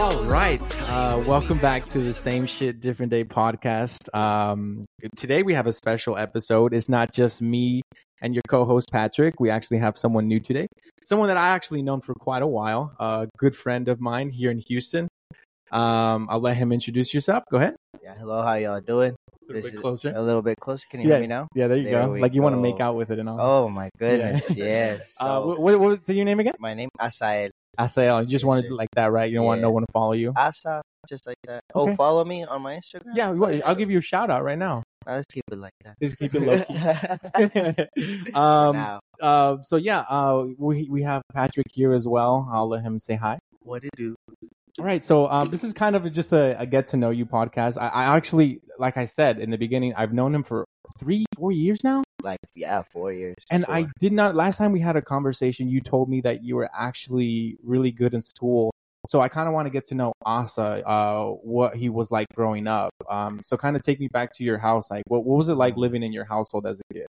All right. Uh, welcome back to the Same Shit Different Day podcast. Um, today we have a special episode. It's not just me and your co-host Patrick. We actually have someone new today, someone that I actually known for quite a while, a good friend of mine here in Houston. Um, I'll let him introduce yourself. Go ahead. Yeah, hello, how y'all doing? A little This bit is- closer. A little bit closer. Can you Yeah. hear me now? Yeah, there you There go. we Like you want to go. make out with it and all. Oh my goodness, yes. So, Uh, what, what what was your name again? my name Asael. I say, oh, you just Yes, wanted sir. like that, right? You don't want Yeah. no one to follow you. Asa, just like that. Okay. Oh, follow me on my Instagram. yeah, well, I'll give you a shout out right now. Nah, let's keep it like that. Just keep it low key. um, now, uh, so yeah, uh, we we have Patrick here as well. I'll let him say hi. what to do? All right, so um, this is kind of just a, a get to know you podcast. I, I actually, like I said in the beginning, I've known him for three, four years now, Like, yeah, four years. and I four. did not. Last time we had a conversation, you told me that you were actually really good in school. So I kind of want to get to know Asa, uh, what he was like growing up. Um, so kind of take me back to your house. Like, what what was it like living in your household as a kid?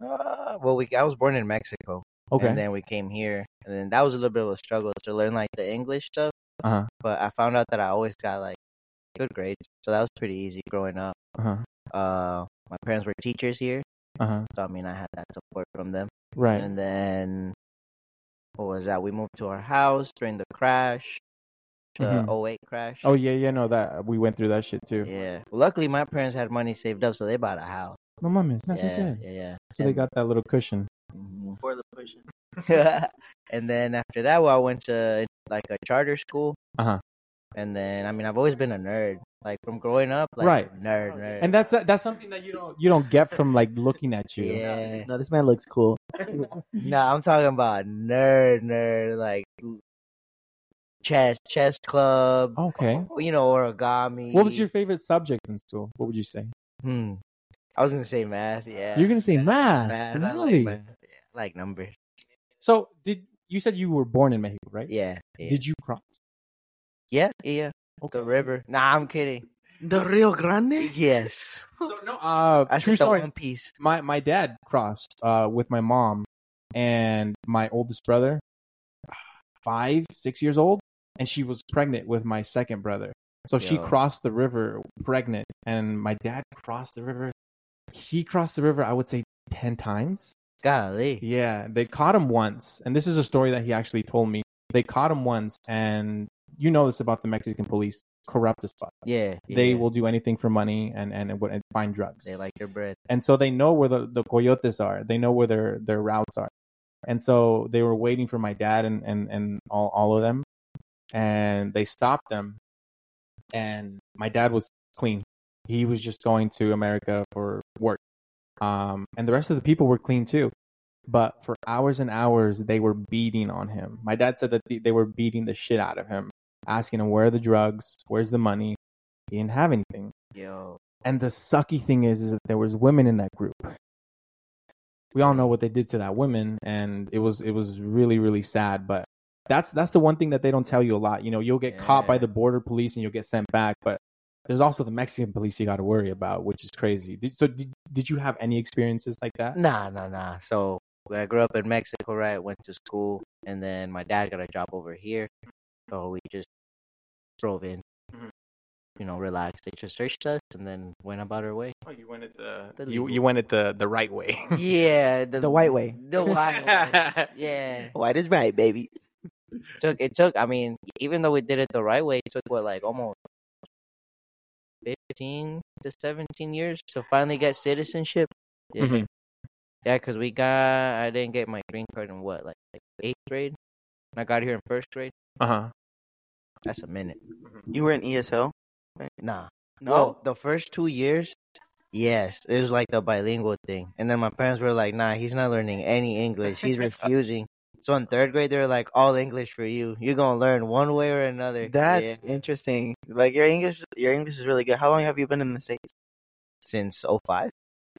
Uh, well, we I was born in Mexico, and then we came here, and then that was a little bit of a struggle to learn like the English stuff. Uh-huh. But I found out that I always got like good grades, so that was pretty easy growing up. Uh huh. Uh, my parents were teachers here, Uh huh. so I mean I had that support from them. Right. Uh-huh. And then what was that? We moved to our house during the crash, the Mhm. oh eight 08 crash. Oh yeah, yeah, no, that we went through that shit too. yeah. Luckily, my parents had money saved up, so they bought a house. My mom is not yeah, so good. yeah, yeah. So they got that little cushion. for the pushing. and then after that, well, I went to like a charter school. Uh-huh. And then I mean, I've always been a nerd, like from growing up, like Right. nerd, nerd. And that's uh, that's something that you don't you don't get from like looking at you. yeah. No, this man looks cool. No, I'm talking about nerd, nerd, like chess, chess club, Okay. you know, origami. What was your favorite subject in school? What would you say? Hmm. I was gonna say math. Yeah. You're gonna say math. math. I Really? like, math. Yeah, I like numbers. So did you said you were born in Mexico, right? Yeah. Yeah. Did you cross? yeah. Yeah. Okay. The river. Nah, I'm kidding. The Rio Grande? Yes. So no. Uh, I true said the story. one piece. My my dad crossed uh with my mom and my oldest brother, five six years old, and she was pregnant with my second brother. So she Yo. crossed the river pregnant, and my dad crossed the river. He crossed the river, I would say, 10 times. Golly. Yeah, they caught him once. And this is a story that he actually told me. They caught him once, and you know this about the Mexican police corrupt as fuck. Yeah. They yeah. will do anything for money and, and, and, and find drugs They like their bread. and so they know where the, the coyotes are they know where their their routes are and so they were waiting for my dad and and, and all, all of them and they stopped them and my dad was clean he was just going to america for work um and the rest of the people were clean too but for hours and hours they were beating on him my dad said that the- they were beating the shit out of him asking him where are the drugs where's the money he didn't have anything Yo. and the sucky thing is, is that there was women in that group. We all know what they did to that women, and it was it was really really sad. But that's that's the one thing that they don't tell you a lot. You know, you'll get caught by Yeah. the border police and you'll get sent back. But there's also the Mexican police you got to worry about, which is crazy. Did, so did, did you have any experiences like that? Nah, nah, nah. So I grew up in Mexico, right? Went to school, and then my dad got a job over here, so we just drove in. Mhm. You know, relaxed. They just searched us, and then went about our way. Oh, you went at the, The you, legal- you went at the the right way. Yeah, The white way. The white way. Yeah. White Oh, is right, baby. took it took I mean, even though we did it the right way, it took what like almost fifteen to seventeen years to finally get citizenship. Yeah. Mm-hmm. Mhm. Yeah, because we got I didn't get my green card in what, like, like eighth grade? And I got here in first grade. Uh huh. That's a minute. You were in E ESL? Nah. Well, the first two years, yes, it was like the bilingual thing. And then my parents were like, nah, he's not learning any English. He's refusing. So in third grade, they were like, all English for you. You're going to learn one way or another. Yeah. That's interesting. Like your English, your English is really good. How long have you been in the states? since 05.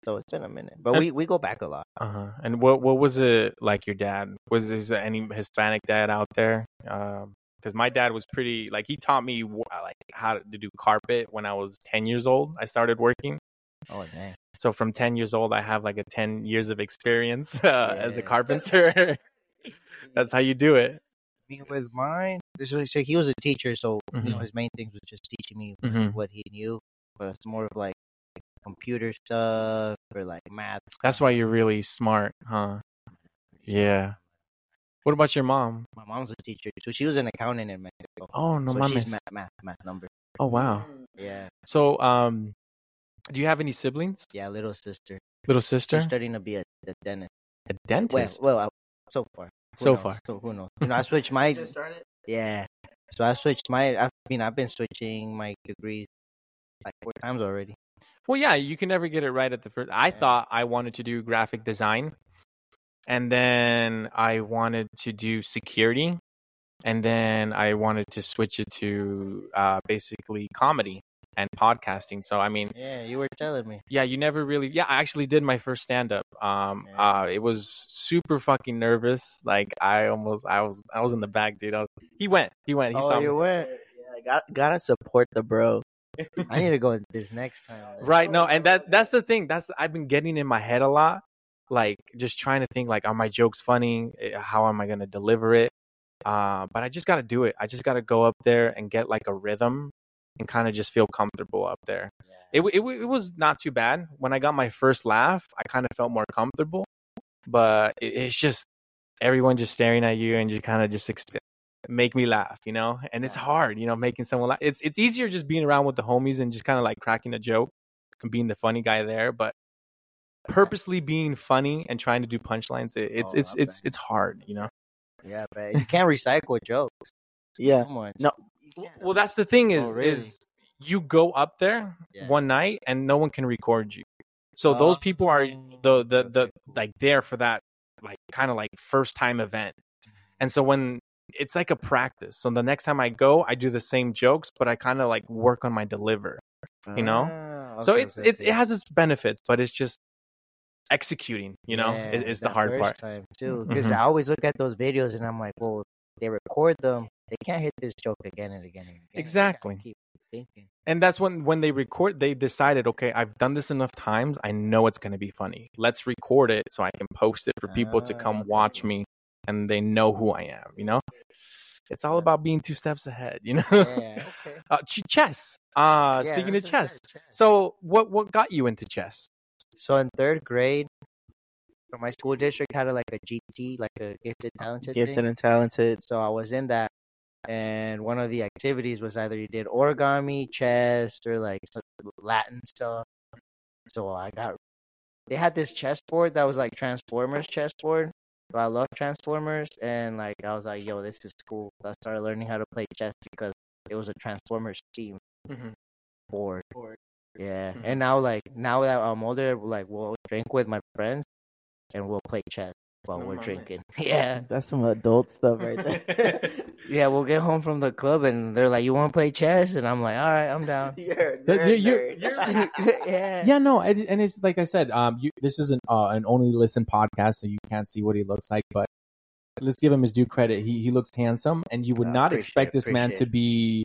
So it's been a minute. But And- we, we go back a lot. Uh huh. And what what was it like? Your dad was is there any Hispanic dad out there? Because my dad was pretty like he taught me wh- like how to do carpet when I was ten years old. I started working, Oh, dang. so from ten years old, I have like a ten years of experience uh, as a Yeah. carpenter. That's how you do it. me with mine. So, so he was a teacher, so you know Mhm. his main thing was just teaching me Mhm. what he knew, but it's more of like computer stuff or like math. That's why you're really smart, huh? Yeah. What about your mom? My mom's a teacher too. She was an accountant in Mexico. Oh no, so mames. she's math, math, math number. Oh wow. Yeah, So um, do you have any siblings? yeah, little sister. Little sister? She's studying to be a, a dentist. A Well, dentist. well, I, so far. Who So knows? far. So who knows? You know, I switched my Just started. yeah. So I switched my. I mean, I've been switching my degrees like four times already. Well, yeah, you can never get it right at the first. I thought I wanted to do graphic design, and then I wanted to do security, and then I wanted to switch it to uh, basically comedy and podcasting. So, I mean, Yeah, you were telling me. yeah, you never really. Yeah, I actually did my first stand up. Um, Yeah. uh, it was super fucking nervous. Like I almost, I was, I was in the back, dude. I was, he went, he went, he oh, saw me. you were. Yeah, got gotta support the bro. I need to go this next time. right no and Oh. that that's the thing that's i've been getting in my head a lot like just trying to think like are my jokes funny Eh, how am i going to deliver it uh, but i just got to do it i just got to go up there and get like a rhythm and kind of just feel comfortable up there it, wa- it, wa- it was not too bad when i got my first laugh i kind of felt more comfortable but it, it's just everyone just staring at you and you kind of just exp- make me laugh you know and it's Yeah. hard you know making someone laugh it's, it's easier just being around with the homies and just kind of like cracking a joke and being the funny guy there, but purposely being funny and trying to do punchlines, it, it's Oh, it's okay. it's it's hard, you know. Yeah, but you can't recycle jokes. Yeah. Come on. No. Well, that's the thing is Oh, really? is you go up there Yeah. one night and no one can record you, so those people are Oh, the the the like there for that like kind of like first time event, Mm-hmm. and so when it's like a practice. So the next time I go, I do the same jokes, but I kind of like work on my deliver. you know? Ah, so okay, it's okay, it's it okay. has its benefits, but it's just executing. You know, Yeah, is, is the that hard first part. Time too, because Mhm. I always look at those videos and I'm like, well, if they record them. They can't hit this joke again and again and again. They gotta Exactly. Keep thinking. and that's when when they record they decided okay i've done this enough times i know it's going to be funny let's record it so i can post it for people to Ah, come okay. watch me and they know who i am you know it's all Yeah. about being two steps ahead you know Yeah. Okay. uh, ch- chess uh Yeah, speaking of that's chess what I said, so what what got you into chess so in third grade, so my school district had a, like a GT, like a gifted talented. thing. Gifted and talented. So I was in that, and one of the activities was either you did origami, chess, or like some Latin stuff. So I got. They had this chessboard that was like Transformers chessboard. So I love Transformers, and like I was like, "Yo, this is cool." So I started learning how to play chess because it was a Transformers team board. Yeah, Mhm. and now like now that I'm older, like we'll drink with my friends, and we'll play chess while No we're mames. drinking. Yeah. That's some adult stuff right there. Yeah, we'll get home from the club and they're like, "You want to play chess?" And I'm like, "All right, I'm down." You're a That- you- nerd, you- nerd. you're- yeah. yeah no I, and it's like i said um you, this is an uh, an only listen podcast so you can't see what he looks like but let's give him his due credit he he looks handsome and you would I not appreciate- expect this man to appreciate. be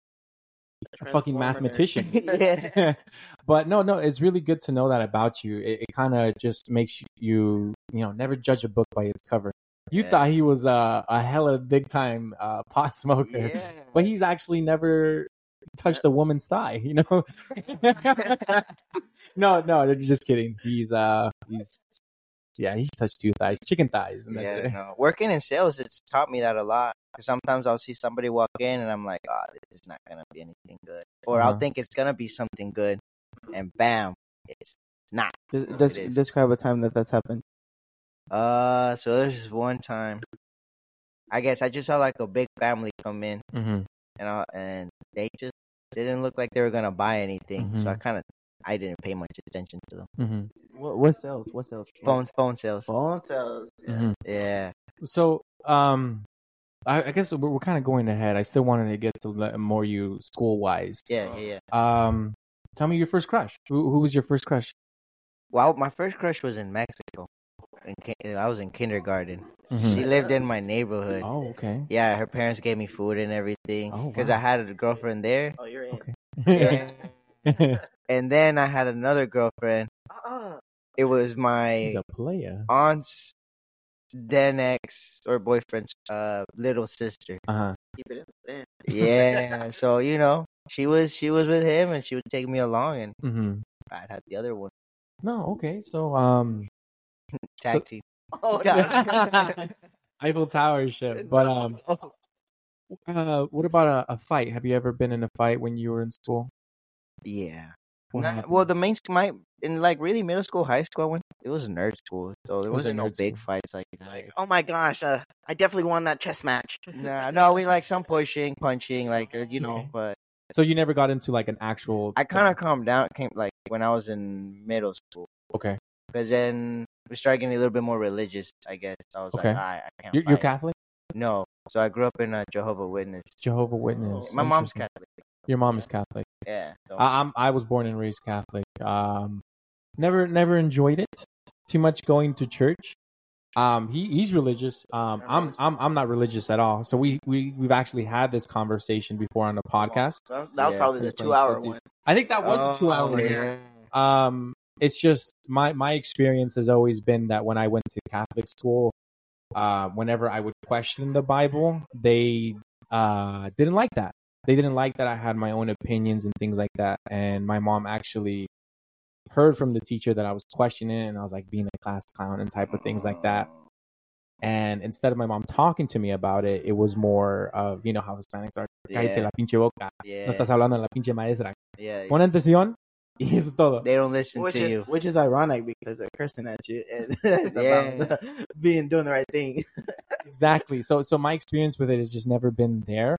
a fucking Transformer nerd. mathematician Yeah. but no no it's really good to know that about you it, it kind of just makes you you know never judge a book by its cover you Yeah. thought he was uh, a hella big time uh, pot smoker Yeah. but he's actually never touched a woman's thigh you know no no I'm just kidding he's uh he's yeah he's touched two thighs chicken thighs and that's Yeah, it. no. Working in sales, it's taught me that a lot. 'Cause sometimes I'll see somebody walk in and I'm like, "Ah, this is not gonna be anything good," or I'll Uh-huh. think it's gonna be something good, and bam, it's not. Des- It des- is. describe a time that that's happened. Uh, so there's this one time, I guess I just saw like a big family come in, Mm-hmm, and I, and they just didn't look like they were gonna buy anything. So I kind of I didn't pay much attention to them. mm-hmm, What, what sales? What sales? Phone phone sales. Phone sales. Mhm. Yeah. so um I, I guess we're, we're kind of going ahead i still wanted to get to le- more you school wise Yeah, yeah, yeah. um tell me your first crush who, who was your first crush Well, my first crush was in Mexico. In ki- I was in kindergarten. She Mhm. lived in my neighborhood. oh okay Yeah, her parents gave me food and everything Oh, because wow. I had a girlfriend there. Oh, you're in. Okay. Yeah. and then I had another girlfriend. Uh-uh. It was my he's a player aunt's then ex or boyfriend's uh little sister. Uh huh. Keep it up. Yeah. Yeah, so you know she was she was with him and she would take me along and hmm I'd have the other one No. Okay. So um, tag So- team. Oh Eiffel Tower shit. But um, Oh, uh, what about a, a fight? Have you ever been in a fight when you were in school? Yeah. What Not- happened? well, the main sc- my in like really middle school, high school, I went. It was nerd school, so there was a wasn't no nerd big school. fights like Like, that. oh my gosh, uh, I definitely won that chess match. Nah, no, we like some pushing, punching, like uh, you know. Okay. But so you never got into like an actual. I kind of calmed down. Came like when I was in middle school, okay. because then we started getting a little bit more religious. I guess I was Okay. like, all right, I can't. You're, you're fight." Catholic, No, so I grew up in a Jehovah Witness. Jehovah Witness. My mom's Interesting. Ah, Catholic. Your mom is Catholic. Yeah. so- I, I'm. I was born and raised Catholic. Um, never never enjoyed it too much going to church. Um, he he's religious. Um, I'm I'm I'm not religious at all. So we we we've actually had this conversation before on the podcast. That, that was Yeah, probably the that's two hour like- one. I think that was a two hour. Oh, yeah. um it's just my my experience has always been that when i went to catholic school uh whenever i would question the bible they uh didn't like that they didn't like that i had my own opinions and things like that and my mom actually heard from the teacher that i was questioning and i was like being a class clown and type of things like that and instead of my mom talking to me about it it was more of you know how hispanics are "Cállate Yeah. la pinche boca no Yeah. estás hablando a la pinche maestra yeah, pon atención y eso es todo They don't listen Which to is you. which is ironic because they're cursing at you and it's about being doing the right thing. exactly so so my experience with it has just never been there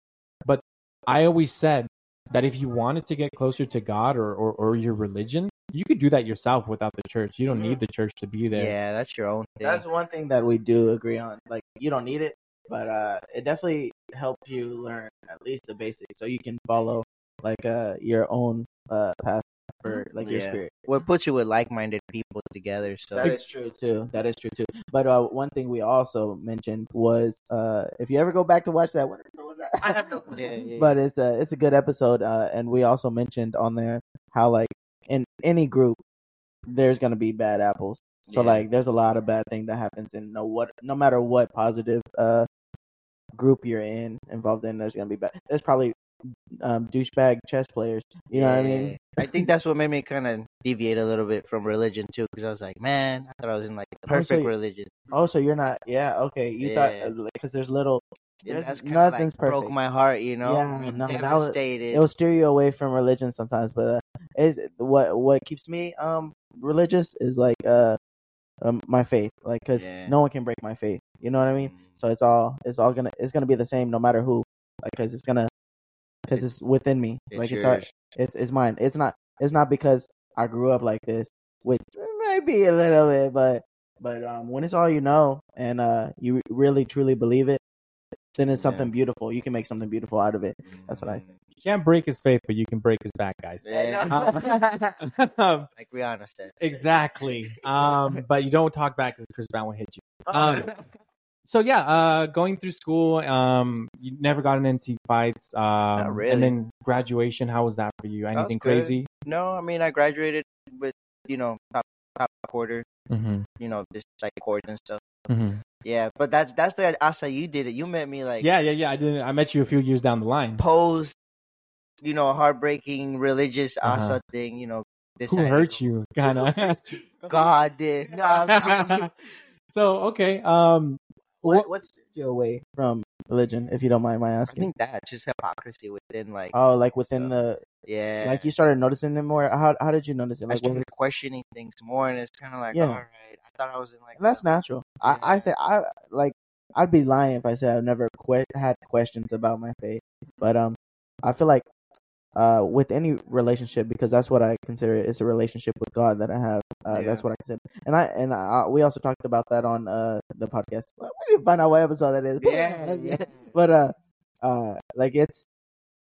but i always said that if you wanted to get closer to god or or, or your religion you could do that yourself without the church you don't need the church to be there Yeah, that's your own thing. That's one thing that we do agree on. Like you don't need it, but uh, it definitely helped you learn at least the basics so you can follow like uh your own uh path for like your Mm-hmm. Yeah. spirit. what puts you with like-minded people together. So That is true too. That is true too. But uh, one thing we also mentioned was uh, if you ever go back to watch that, what episode was that? I have no clue. Yeah, yeah, But it's a it's a good episode, uh, and we also mentioned on there how like in any group, there's gonna be bad apples. So Yeah. like, there's a lot of bad thing that happens, and no what no matter what positive uh group you're in involved in, there's gonna be bad. There's probably um, douchebag chess players. You know what I mean? I think that's what made me kind of deviate a little bit from religion too, because I was like, man, I thought I was in like the Oh, so perfect you- religion. Oh, so you're not? Yeah, okay. You Yeah. thought because there's little. And There's- that's kinda, like, nothing's Broke perfect. my heart, you know. Yeah, no, that was- devastated. it will steer you away from religion sometimes but uh it, what what keeps me um religious is like uh um, my faith like because Yeah. Mm-hmm. no one can break my faith you know what i mean Mm. so it's all it's all gonna it's gonna be the same no matter who like because it's gonna because it's within me like it's our, yours. it's it's mine it's not it's not because i grew up like this which maybe a little bit but but um when it's all you know and uh you really truly believe it then it's Yeah. something beautiful you can make something beautiful out of it that's what I Mm, you can't break his faith but you can break his back guys uh, Yeah. Um, like Rihanna said. exactly um but you don't talk back because chris brown will hit you um so yeah uh going through school um you never gotten into fights um really. and then graduation how was that for you was anything good. crazy No, I mean I graduated with you know top top quarter, mm-hmm. you know just like chords and stuff. Mm-hmm. Yeah, but that's that's the Asa you did it. You met me like yeah, yeah, yeah. I didn't. I met you a few years down the line. post, you know, heartbreaking religious Uh-huh. Asa thing, you know. Who hurt you, kind of? God did. No, I'm kidding. so okay. Um, what, what steered you away from religion, if you don't mind my I asking? think that just hypocrisy within, like, oh, like within the yeah, like you started noticing it more. How how did you notice it? I Like, what started was, questioning things more, and it's kind of like, Yeah. all right, I thought I was in like, and that's the- natural. I I say I like I'd be lying if I said I've never que- had questions about my faith, but um, I feel like uh with any relationship because that's what I consider it. It's a relationship with God that I have. Uh, Yeah. That's what I consider. And I and I, we also talked about that on uh the podcast. We didn't find out what episode that is. yeah, yeah. but uh uh like it's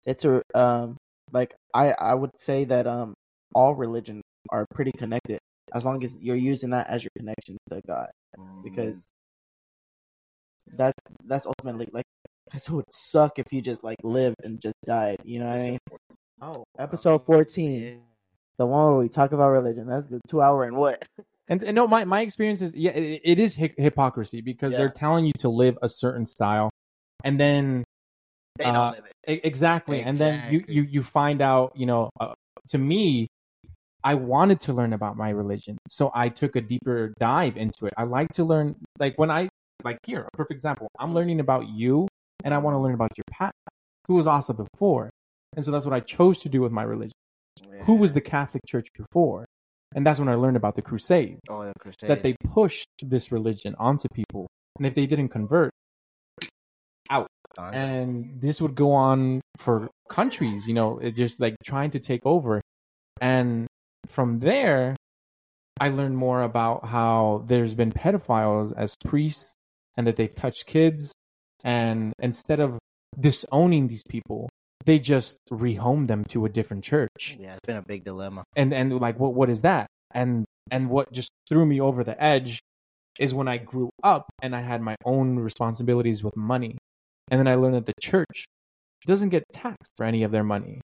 it's a um like i i would say that um all religions are pretty connected as long as you're using that as your connection to god Mm-hmm. Mm, because that that's ultimately like that's what would suck if you just like lived and just died you know what i mean oh episode 14 Yeah. the one where we talk about religion that's the two hour and what And, and no, my, my experience is yeah, it, it is hy- hypocrisy because Yeah. they're telling you to live a certain style, and then They don't Uh, live it. e- exactly, and then you Exactly. you you find out you know. Uh, to me, I wanted to learn about my religion, so I took a deeper dive into it. I like to learn, like when I like here, a perfect example. I'm learning about you, and I want to learn about your past, who was awesome before, and so that's what I chose to do with my religion. Who was the Catholic Church before? And that's when I learned about the Crusades Oh, the crusade. that they pushed this religion onto people. And if they didn't convert, Don- and this would go on for countries, you know, it just like trying to take over. And from there, I learned more about how there's been pedophiles as priests and that they've touched kids. And instead of disowning these people, they just rehome them to a different church yeah, it's been a big dilemma. and and like what what is that and and what just threw me over the edge is when i grew up and i had my own responsibilities with money and then i learned that the church doesn't get taxed for any of their money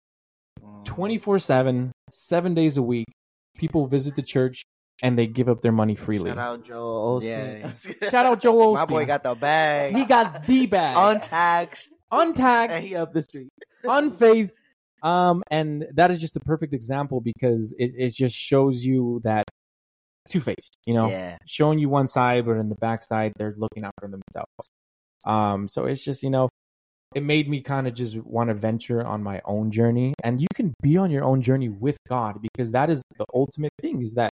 Mm, 24/7 7 days a week people visit the church and they give up their money freely Shout out Joel Osteen. Shout out Joel My boy Osteen. got the bag. he got the bag untaxed. untaxed And he up the street. on faith. Um, and that is just the perfect example because it, it just shows you that two faced, you know, Yeah. showing you one side, but in the backside, they're looking out for themselves. Um, so it's just, you know, it made me kind of just want to venture on my own journey. And you can be on your own journey with God because that is the ultimate thing is that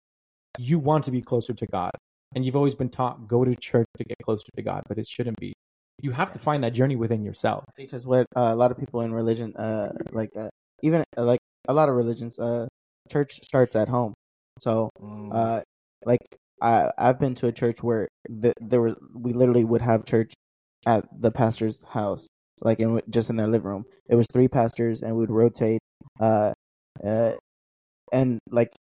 you want to be closer to God. And you've always been taught go to church to get closer to God, but it shouldn't be. You have to find that journey within yourself. See, because what uh, a lot of people in religion, uh, like uh, even uh, like a lot of religions, uh, church starts at home. So, Mm. uh, like I I've been to a church where the, there were we literally would have church at the pastor's house, like in just in their living room. It was three pastors, and we'd rotate. Uh, uh, and like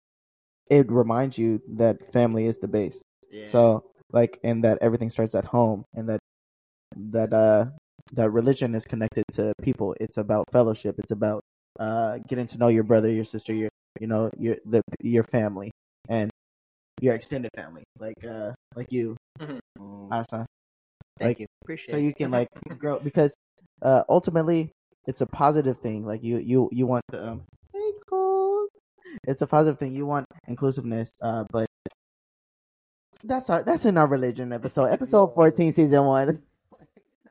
it reminds you that family is the base. yeah. So like and that everything starts at home and that that uh that religion is connected to people. It's about fellowship. It's about uh getting to know your brother, your sister, your you know, your the your family and your extended family. Like uh like you, Mm. Asa. Thank like, you. Appreciate So you can like grow because uh ultimately it's a positive thing. Like you you you want to um hey, cool. It's a positive thing. You want inclusiveness, uh but that's our that's in our religion episode. Episode fourteen, season one. it.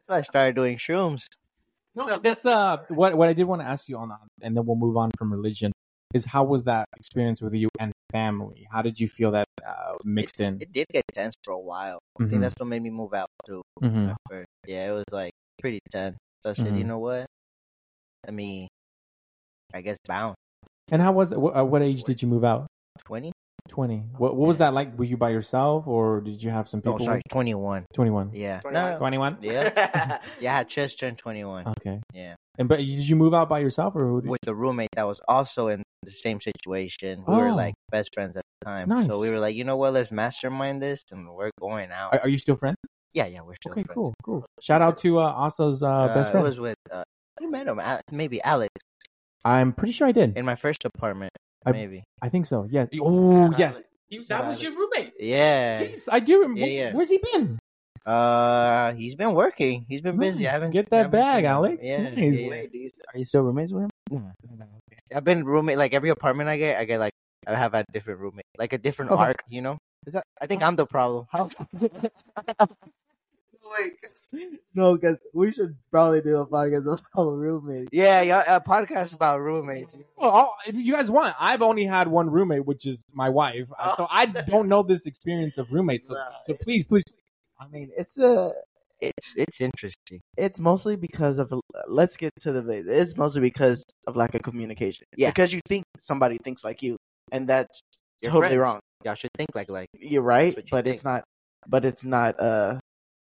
I started doing shrooms. No, that's uh what what I did want to ask you on that, and then we'll move on from religion. Is how was that experience with you and family? How did you feel that uh, mixed in? It did get tense for a while. I think Mhm, that's what made me move out too. mhm, at first. Yeah, it was like pretty tense. So I said, you Mhm. know what? Let me, I guess, bounce. And how was it? What, at what age did you move out? 20? Twenty. What what was that like? Were you by yourself, or did you have some people? Oh, sorry, 21. Twenty one. Yeah. 21. No, Twenty one. yeah. Yeah, I had just turned 21 Okay. Yeah. And but did you move out by yourself, or who did with a roommate that was also in the same situation. We were Oh. like best friends at the time. Nice. So we were like, you know what? Let's mastermind this and we're going out. Are, are you still friends? yeah, yeah, we're still Okay, friends. cool, cool. Shout out to uh, Asa's uh, best Uh, friend. It was with, uh, you met him, Al- maybe Alex, I'm pretty sure I did. in my first apartment. I- maybe. I think so. Yeah. Oh, Shout out yes. Alex. You- Shout That out was Alex. your roommate. Yeah. Yes, I do remember. Yeah, yeah. Where's he been? Uh, he's been working. He's been busy. Nice. I haven't Get that haven't seen bag, him. Alex. Yeah, Nice. yeah, yeah. Wait, do you- are you still roommates with him? I've been roommate. Like every apartment I get, I get like I have a different roommate, like a different Okay. arc. You know. Is that- I think I'm the problem. How? no, because we should probably do a podcast about roommates. Yeah, yeah. A podcast about roommates. Well, I'll- if you guys want, I've only had one roommate, which is my wife. Uh, So I don't know this experience of roommates. So, Wow, so it's- please, please. I mean, it's a. It's it's interesting. It's mostly because of. Let's get to the. It's mostly because of lack of communication. Yeah. Because you think somebody thinks like you, and that's You're totally friends. wrong. Y'all should think like like You're That's right, what you but think. it's not. But it's not. Uh,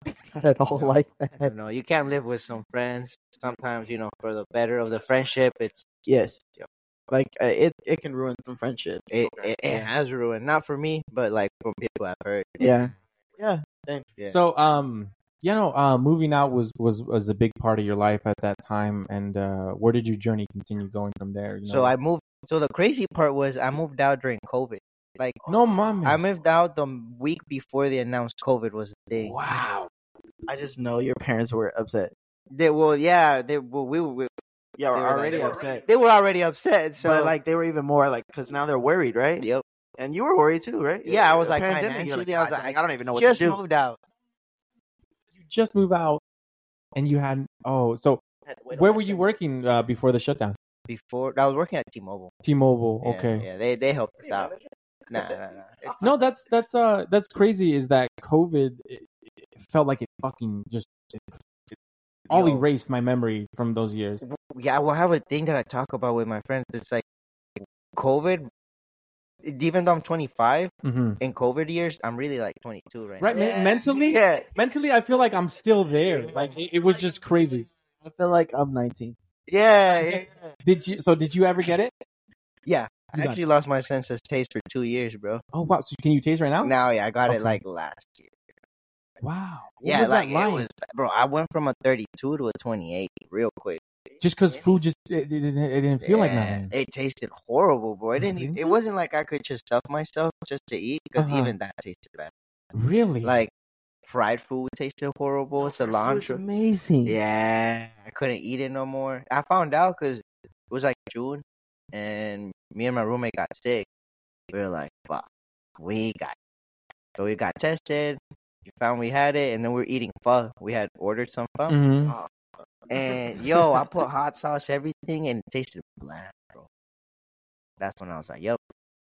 it's not at all like I that. don't know. You can't live with some friends. Sometimes you know, for the better of the friendship, it's Yes. Yep. Like uh, it, it can ruin some friendships. it it, it has ruined. Not for me, but like for people I've heard. yeah. Yeah. Yeah. So, um, you know, uh, moving out was, was, was a big part of your life at that time. And uh, where did your journey continue going from there? you So know? I moved. So the crazy part was I moved out during COVID. Like No mames. I moved out the week before they announced COVID was a thing. Wow. I just know your parents were upset. They well, yeah, they well, we, were They Yeah, were were like- already they were upset. they were already upset. So but like they were even more like because now they're worried, right? yep. And you were worried too, right? Yeah, I was, like, you're financially, I was "God like, dang, I don't even know what Just to do. moved out. you just move out and you had oh so Had to wait on where my were you stay. working uh, before the shutdown? Before I was working at T-Mobile. T-Mobile. Yeah, okay. Yeah, they they helped us Hey, out. man, Nah, nah, nah. It's- No, that's that's uh that's crazy. Is that COVID it, it felt like it fucking just it, it all Yo. erased my memory from those years. yeah, well, I have a thing that I talk about with my friends. It's like COVID. Even though I'm 25, hmm in COVID years, I'm really like 22 right, Right, now. me- Yeah. mentally, Yeah, mentally, I feel like I'm still there. Like it, it was just crazy. I feel like I'm 19. yeah, yeah. Did you? So did you ever get it? Yeah, You I got actually lost my sense of taste for two years, bro. Oh wow! So can you taste right now? Now, yeah, I got Okay. it like last year. Wow. What yeah, was like that it like? was, bro. I went from a 32 to a 28 real quick. Just because food just it, it, it it didn't feel like Yeah, nothing. It tasted horrible, bro. It didn't. e, Really? It wasn't like I could just stuff myself just to eat because Uh-huh. even that tasted bad. Really? Like fried food tasted horrible. Food's cilantro. Mm. amazing. Yeah, I couldn't eat it no more. I found out because it was like June, and me and my roommate got sick. We were like, "Fuck, we got." So we got tested. We found we had it, and then we were eating pho. We had ordered some pho, Mhm. and yo, I put hot sauce everything, and it tasted bland, bro. That's when I was like, "Yep,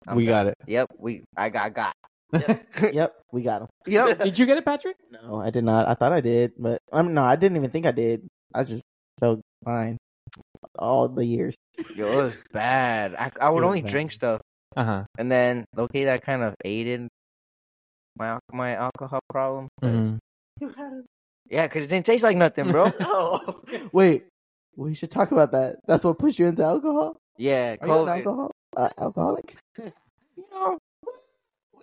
I'm we done. got it. Yep, we, I got got." yep, we got him. Yep. Did you get it, Patrick? No, I did not. I thought I did, but um, no, I didn't even think I did. I just felt fine all the years. Yo, it was bad. I, I would was only bad. drink stuff. Uh huh. And then, okay, that kind of aided my al- my alcohol problem. but- Mm-hmm. You had Yeah, because it didn't taste like nothing, bro. Oh. Wait, we should talk about that. That's what pushed you into alcohol. yeah, Are you an COVID. alcohol uh, alcoholic? You know,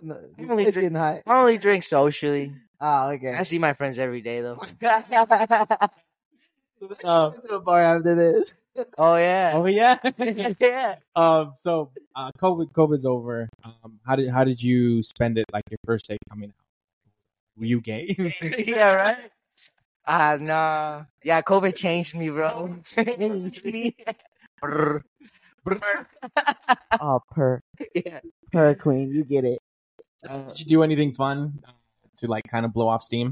No, I only it's drink- getting hot. I only drink socially. Oh, okay. I see my friends every day, though. oh. to a bar after this. Oh, yeah. Um, Oh yeah. yeah. um. So, uh, COVID, COVID's over. Um. How did How did you spend it? Like your first day coming out? Were you gay? Yeah, right? Ah, nah. Yeah, COVID changed me, bro. Changed me. Brr. Brr. Oh, per Yeah. per queen, you get it. Uh, did you do anything fun uh, to like kind of blow off steam?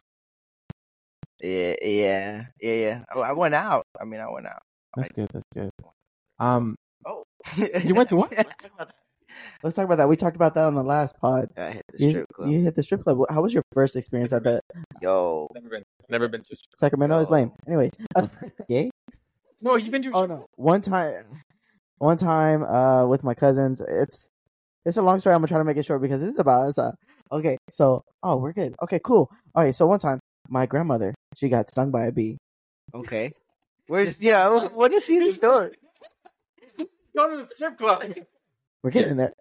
yeah, yeah, yeah, yeah. Oh, I, I went out. I mean, I went out. That's good. That's good. Um. you You went to what? Let's talk about that. We talked about that on the last pod. I hit the You, strip club. you hit the strip club. How was your first experience at the Yo, Never been. Never been to. Sacramento? Is lame. Anyways, yay. No, you've been to. Oh no. One time, one time, uh, with my cousins. It's it's a long story. I'm gonna try to make it short because this is about it's uh okay. So oh, we're good. Okay, cool. All right. So one time, my grandmother she got stung by a bee. okay. Where's yeah? wh- What is he in the store? Go to the strip club. We're getting there.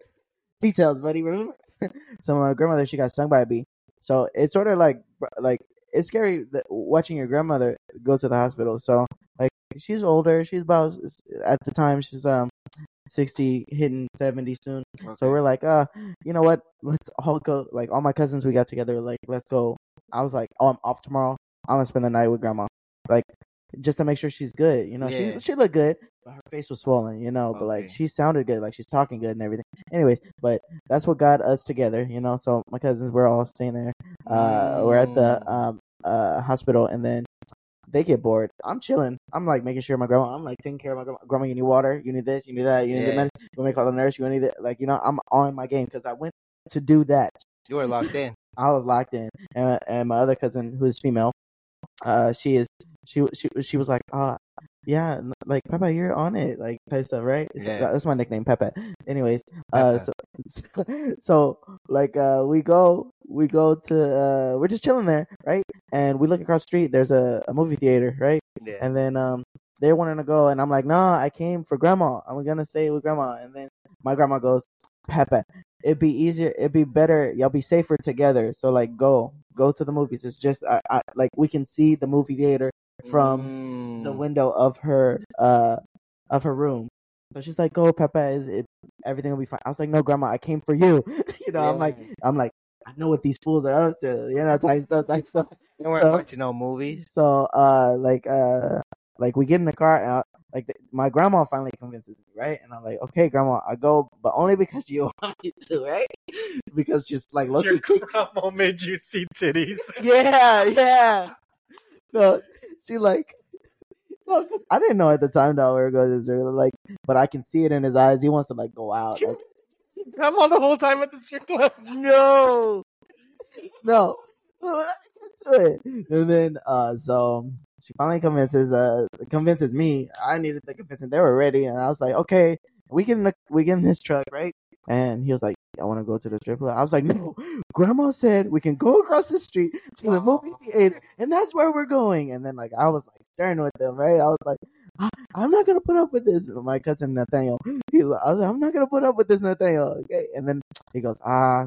Details, buddy. Remember? so my grandmother she got stung by a bee. So it's sort of like like it's scary that watching your grandmother go to the hospital. So like she's older. She's about at the time she's um sixty, hitting seventy soon. So we're like, uh, you know what? Let's all go. Like all my cousins, we got together. Like, let's go. I was like, oh, I'm off tomorrow. I'm gonna spend the night with grandma. Like, just to make sure she's good. You know, Yeah. she she looked good, but her face was swollen. You know, but Okay. like she sounded good. Like she's talking good and everything. Anyways, but that's what got us together. You know, so my cousins, we're all staying there. Uh, we're at Mm. the um uh hospital, and then. They get bored. I'm chilling. I'm like making sure my grandma. I'm like taking care of my grandma. Grandma, you need water. You need this. You need that. You need Yeah. the med- you want me to call the nurse? You want me to like you know? I'm on my game because I went to do that. you were locked in. I was locked in, and, and my other cousin who is female, uh, she is she she she was like, ah, yeah, n- like Peppa, you're on it, like type stuff, right? So Yeah. that- that's my nickname, Peppa. Anyways, uh, so, so, like uh, we go we go to uh, we're just chilling there, right? And we look across the street. There's a, a movie theater, right? Yeah. And then um, they wanted to go, and I'm like, nah, I came for grandma. I'm gonna stay with grandma. And then my grandma goes, Pepe, it'd be easier, it'd be better, y'all be safer together. So like, go, go to the movies. It's just, I, I like, we can see the movie theater from the Mm. window of her, uh, of her room. So she's like, "Go, Papa, is it, everything will be fine." I was like, "No, Grandma, I came for you." you know, I'm Yeah. like, I'm like, I know what these fools are up to. You know, type stuff, type stuff. You weren't So- watching no movies. So, uh, like, uh, like we get in the car, and I, like th- my grandma finally convinces me, right? And I'm like, "Okay, Grandma, I go, but only because you want me to, right?" because she's like, "Look, grandma made you see titties. yeah, yeah. No, she like. No, 'cause I didn't know at the time that we were going to do it, like, but I can see it in his eyes. He wants to like go out. like, grandma the whole time at the strip club. No. no, I can't do it. And then, uh, so she finally convinces, uh, convinces me. I needed to convince him. They were ready, and I was like, okay, we get in the, we get in this truck, right? And he was like, I want to go to the strip club. I was like, no, grandma said we can go across the street to the movie theater, and that's where we're going. And then, like, I was like staring with them, right? I was like. "I- I'm not gonna put up with this. My cousin Nathaniel, he, I was like, I'm not gonna put up with this, Nathaniel. Okay, and then he goes, ah,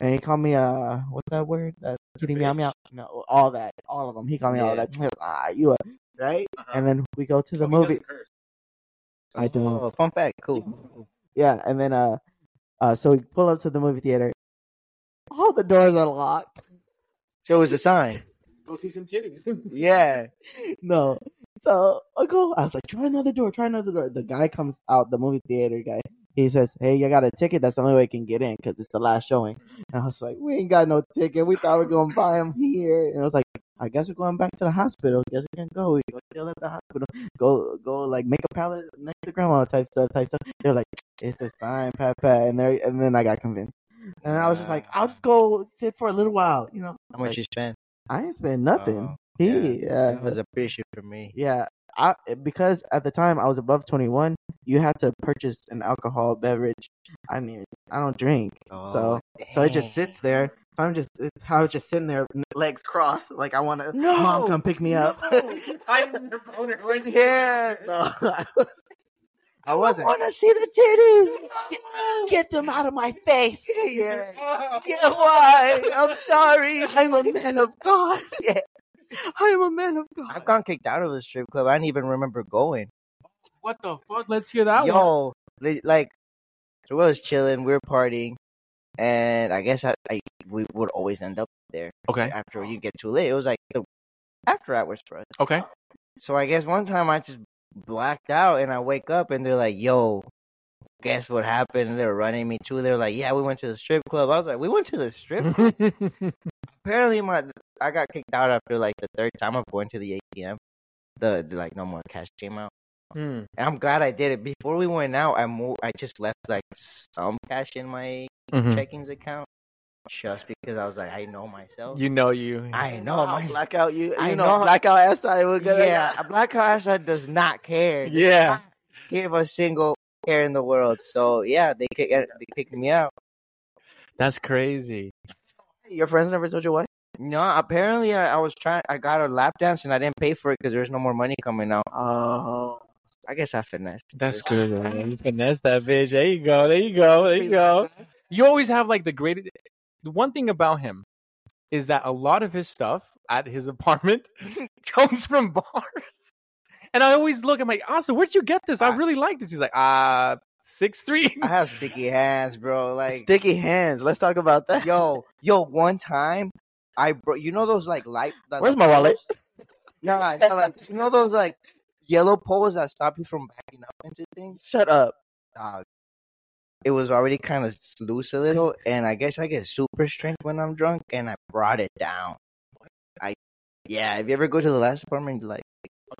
and he called me uh, what's that word? That kitty meow meow. No, all that, all of them. He called me all Yeah. that. Ah, you a right? And then we go to the movie. I Oh, don't. fun fact. Cool. Yeah, and then uh, uh, so we pull up to the movie theater. All the doors are locked. So it was a sign. Go see some titties. Yeah. No, so I go. I was like, try another door, try another door. The guy comes out, the movie theater guy. He says, "Hey, I got a ticket. That's the only way I can get in because it's the last showing." And I was like, "We ain't got no ticket. We thought we are gonna buy him here." And I was like, "I guess we're going back to the hospital. guess we can go. We go chill at the hospital. Go, go, like make a pallet next to grandma type stuff, type stuff." They're like, "It's a sign, Pat, Pat," and they and then I got convinced. And I was just like, "I'll just go sit for a little while." You know, How much you spend? I ain't spend nothing. Oh, he, That uh, was a issue for me. yeah, I because at the time I was above twenty one, you had to purchase an alcohol beverage. I mean, I don't drink, So- so it just Oh, dang. sits there. So I'm just, I was just sitting there, n- legs crossed, like I want to. No! Mom, come pick me up. Yeah. No, I was- I wasn't. to see the Get them out of my face. Yeah. Yeah, why? I'm sorry. I'm a man of God. Yeah. I am a man of God. I've gotten kicked out of the strip club. I didn't even remember going. What the fuck? Let's hear that one. Yo, li- like, so we was chilling, we were partying, and I guess I, I we would always end up there Okay. after you get too late. It was like the after hours for us. Okay. So I guess one time I just blacked out and I wake up and they're like, yo, guess what happened? And they're running me too. They're like, yeah, we went to the strip club. I was like, we went to the strip club? Apparently, my I got kicked out after like the third time of going to the ATM. The, the, like no more cash came out. Hmm. And I'm glad I did it. Before we went out, I moved, I just left like some cash in my Mhm. checkings account just because I was like, I know myself. You know you. Oh. I Oh, know my blackout. You, I you know, know- blackout. ass I was gonna. yeah, a black Hassan does not care. Does Yeah. not give a single care in the world. So yeah, they kick uh, they kicked me out. That's crazy. Your friends never told you what? No, apparently I, I was trying. I got a lap dance and I didn't pay for it because there's no more money coming out. Oh, I guess I finessed. That's it. good. Man. You finesse that bitch. There you go. There you go. There you go. You always have like the greatest. The one thing about him is that a lot of his stuff at his apartment comes from bars. And I always look. I'm like, Asa, where'd you get this? I I- really like this. He's like, ah, six three. I have sticky hands, bro. Like sticky hands. Let's talk about that. yo, yo. One time, I bro, you know those like light. the- Where's the my wallet? poles? No, I- no, like, you know those like yellow poles that stop you from backing up into things. Shut up. dog. It was already kind of loose a little, and I guess I get super strength when I'm drunk, and I brought it down. I, yeah. If you ever go to the last apartment, like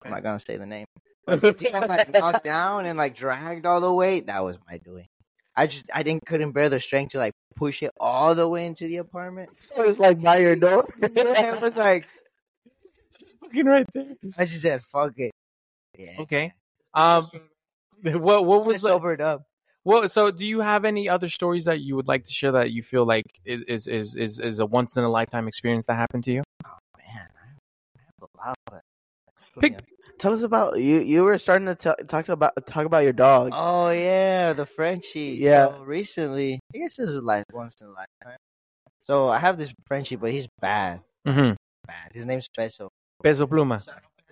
I'm not gonna say the name, I'm like knocked down and like dragged all the way. That was my doing. I just I didn't couldn't bear the strength to like push it all the way into the apartment. So it's like by your door. it was like fucking right there. I just said fuck it. Yeah. Okay. Um, what what I was was the, sobered up. what? So, do you have any other stories that you would like to share that you feel like is is is is, is a once in a lifetime experience that happened to you? Man, I have a lot, but Pick- Tell us about you. You were starting to t- talk about talk about your dogs. Oh yeah, the Frenchie. Yeah. So recently, I guess this is like once in a lifetime. So I have this Frenchie, but he's bad, Mm-hmm. bad. His name's Peso. Peso pluma.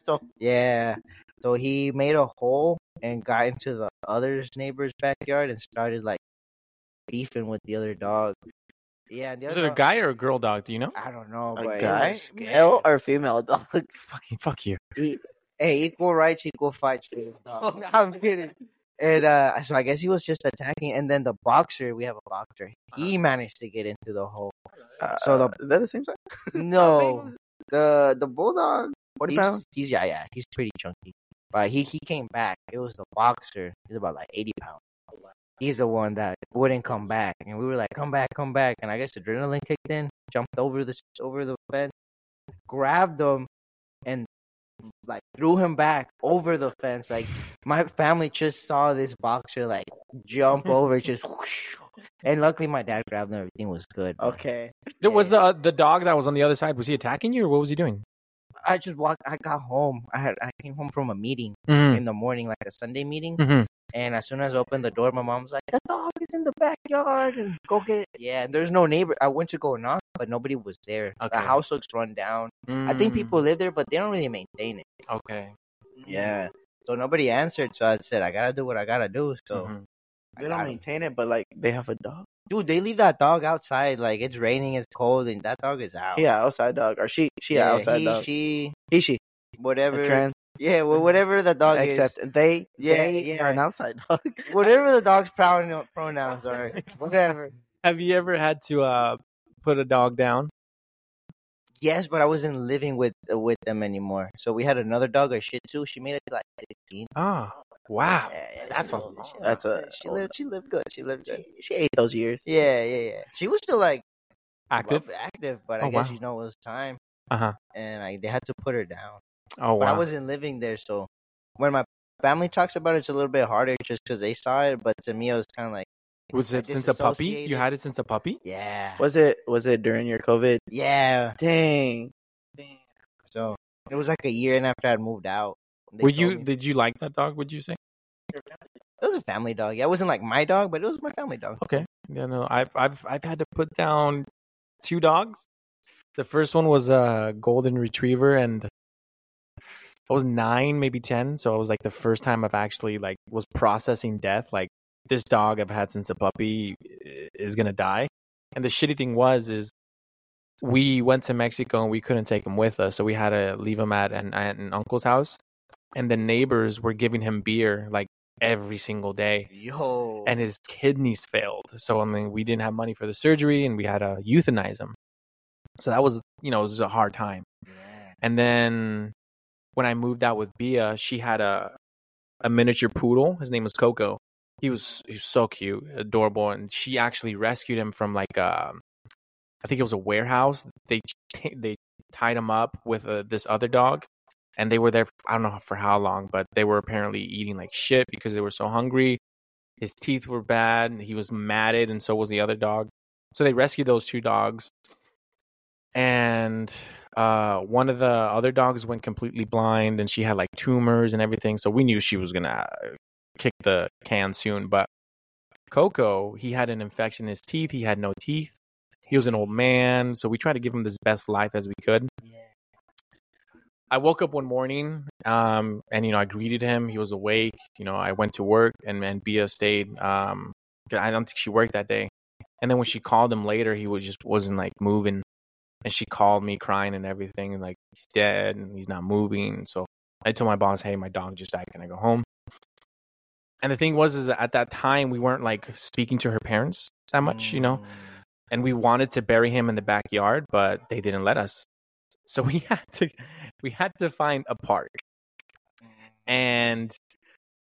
So Yeah. So he made a hole and got into the other neighbor's backyard and started like beefing with the other dog. Yeah, and the Is other it a dog- guy or a girl dog? Do you know? I don't know, A but it guy, was scary. male or female dog? Fucking fuck you. E- hey, equal rights, equal fights. baby. No, I'm kidding. And uh, so I guess he was just attacking, and then the boxer, we have a boxer. He managed to get into the hole. So the- Uh, is that the same size? No, The the bulldog, forty he's, pounds. he's yeah, yeah, he's pretty chunky. But he he came back. It was the boxer. He's about like eighty pounds. He's the one that wouldn't come back, and we were like, "Come back, come back!" And I guess adrenaline kicked in. Jumped over the over the fence, grabbed him, and like threw him back over the fence. Like my family just saw this boxer like jump over, just whoosh. and luckily my dad grabbed him. Everything was good. man. Okay. There was the uh, the dog that was on the other side. Was he attacking you, or what was he doing? I just walked. I got home. I had I came home from a meeting. Mm-hmm. in the morning, like a Sunday meeting. Mhm. And as soon as I opened the door, my mom's like, "The dog is in the backyard, and go get it." Yeah, and there's no neighbor. I went to go knock, but nobody was there. The Okay. house looks run down. I think Mm, people live there, but they don't really maintain it. Okay. Yeah. So nobody answered. So I said, "I gotta do what I gotta do." So, Mhm. They I got don't 'em. maintain it, but like they have a dog. dude, they leave that dog outside. Like it's raining, it's cold, and that dog is out. Yeah, outside dog or she she a outside he, dog. she, he she a whatever. trans yeah, well, whatever the dog is. except they Yeah, they yeah. are an outside dog. whatever the dog's pronoun- pronouns are. Whatever. Have you ever had to uh, put a dog down? Yes, but I wasn't living with uh, with them anymore. So we had another dog, a Shih Tzu. She made it like fifteen. Eh, Ah, wow. Yeah, yeah, that's she a oh, lived- lot. she lived- That's a She lived. She lived good. She lived good. She ate those years. Yeah, yeah, yeah. She was still like Active. well, active, but I Oh, guess wow. you know it was time, Uh huh. and I they had to put her down. Oh But I wow. wasn't living there, so when my family talks about it, it's a little bit harder just because they saw it. But to me, it was kind of like, Was it since a puppy? You disassociated. had it since a puppy? yeah, Was it was it during your COVID? yeah. Dang. So it was like a year and after I'd moved out. they Were told you? me- Did you like that dog? Would you say? It was a family dog. Yeah, it wasn't like my dog, but it was my family dog. Okay. Yeah, no, I've I've I've had to put down two dogs. The first one was a golden retriever, and I was nine, maybe ten. So it was like the first time I've actually like was processing death. Like this dog I've had since a puppy i- is gonna die. And the shitty thing was is we went to Mexico and we couldn't take him with us, so we had to leave him at an aunt and uncle's house. And the neighbors were giving him beer like every single day Yo. and his kidneys failed. So I mean, we didn't have money for the surgery, and we had to euthanize him. So that was, you know, it was a hard time. And then when I moved out with Bia, she had a a miniature poodle. His name was Coco. He was he was so cute, adorable, and she actually rescued him from like a, I think it was a warehouse. They t- they tied him up with uh this other dog, and they were there. I don't know for how long, but they were apparently eating like shit because they were so hungry. His teeth were bad, and he was matted, and so was the other dog. So they rescued those two dogs, and uh one of the other dogs went completely blind and she had like tumors and everything so we knew she was gonna uh, kick the can soon but coco he had an infection in his teeth he had no teeth he was an old man so we tried to give him this best life as we could i woke up one morning um and you know i greeted him he was awake you know i went to work and and bia stayed um 'cause i don't think she worked that day and then when she called him later he was just wasn't like moving and she called me crying and everything and like he's dead and he's not moving and so i told my boss hey my dog just died can i go home and the thing was is that at that time we weren't like speaking to her parents that much you know and we wanted to bury him in the backyard but they didn't let us so we had to we had to find a park and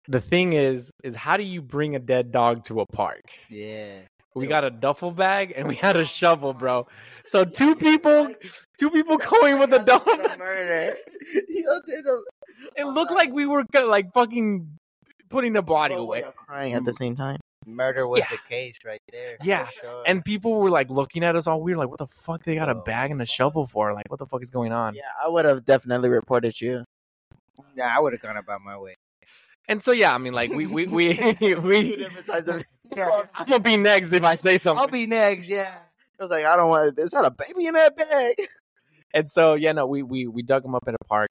the thing is is how do you bring a dead dog to a park Mm, Yeah. we got a duffel bag and we had a shovel, bro. So two people, two people going with a duffel. Y'all did a Bag. murder. Y'all did a- It looked like we were go- like fucking putting the body Oh, away, y'all crying at the same time. Murder was Yeah. the case right there. for Yeah, sure. and people were like looking at us all weird, like, "What the fuck? They got a Whoa. bag and a shovel for? Like, what the fuck is going on?" Yeah, I would have definitely reported you. nah, I would have gone about my way. And so yeah, I mean, like we we we we. times of- Yeah. I'm gonna be next if I say something. I'll be next. Yeah. I was like, I don't want. It's not a baby in that bag. and so yeah, no, we we we dug him up in a park,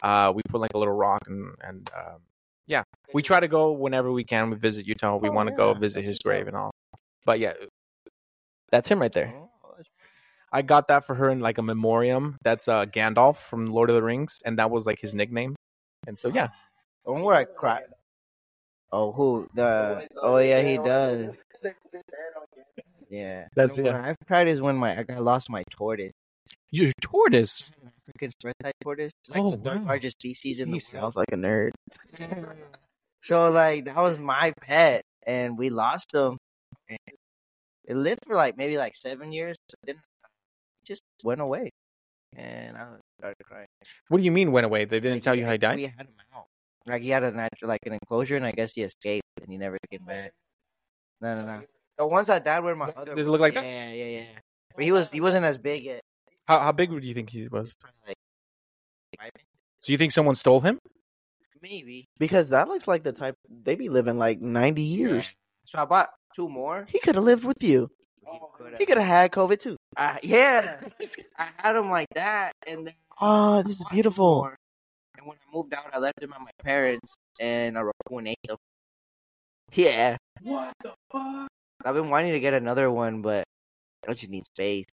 Uh, we put like a little rock and and um, yeah, we try to go whenever we can. We visit Utah. We Oh, want to go yeah. visit his That's what's up. grave and all. But yeah, that's him right there. Oh, that's- I got that for her in like a memoriam. That's uh, Gandalf from Lord of the Rings, and that was like his nickname. And so yeah, Don't worry, I cried. Oh, Who Uh, the? Oh yeah, he does. Yeah. That's- When I've cried is when my I lost my tortoise. your tortoise. African red-eyed tortoise, It's like Oh, the third wow. largest species in He the world. sounds like a nerd. So like that was my pet, and we lost him. And it lived for like maybe like seven years, but then it just went away, and I started crying. What do you mean went away? They didn't tell you how he died. We had him out. Like he had a natural, like an enclosure, and I guess he escaped, and he never came back. No, no, no. The ones that died were my Did other. it look like yeah, that? Yeah, yeah, yeah. But he was he wasn't as big yet. How how big do you think he was? Like, five inches, So you think someone stole him? maybe. Because that looks like the type they be living like ninety years. So I bought two more. He could have lived with you. He coulda- He could have had COVID too. Uh, yeah, I had him like that, and then Oh, this is bought two beautiful. more. And when I moved out, I left him at my parents, and I renamed him. Yeah, What the fuck? I've been wanting to get another one, but I just need space.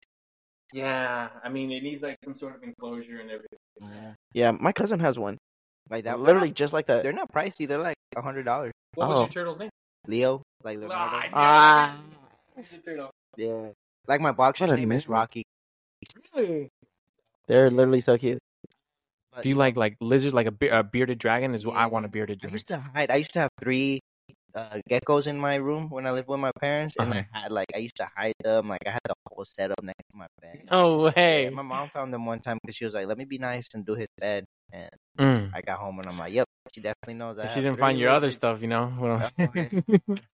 Yeah, I mean it needs like some sort of enclosure and everything. Yeah, my cousin has one. Like that, That literally just like that. they're not pricey. They're like a hundred dollars. What was your Oh. turtle's name? Leo, like Leonardo. Ah, yeah, like my boxer's What a name is miserable- Rocky. they're literally so cute. but- Do you like like lizard like a, be- a bearded dragon? Is what I want a bearded I dragon. used to hide. I used to have three uh, geckos in my room when I lived with my parents, and I had like I used to hide them. Like I had the whole setup next to my bed. Oh Yeah, hey. my mom found them one time because she was like, "Let me be nice and do his bed." And Mm. I got home and I'm like, "Yep, she definitely knows that." She didn't find your other stuff, you know. What I'm Oh, saying?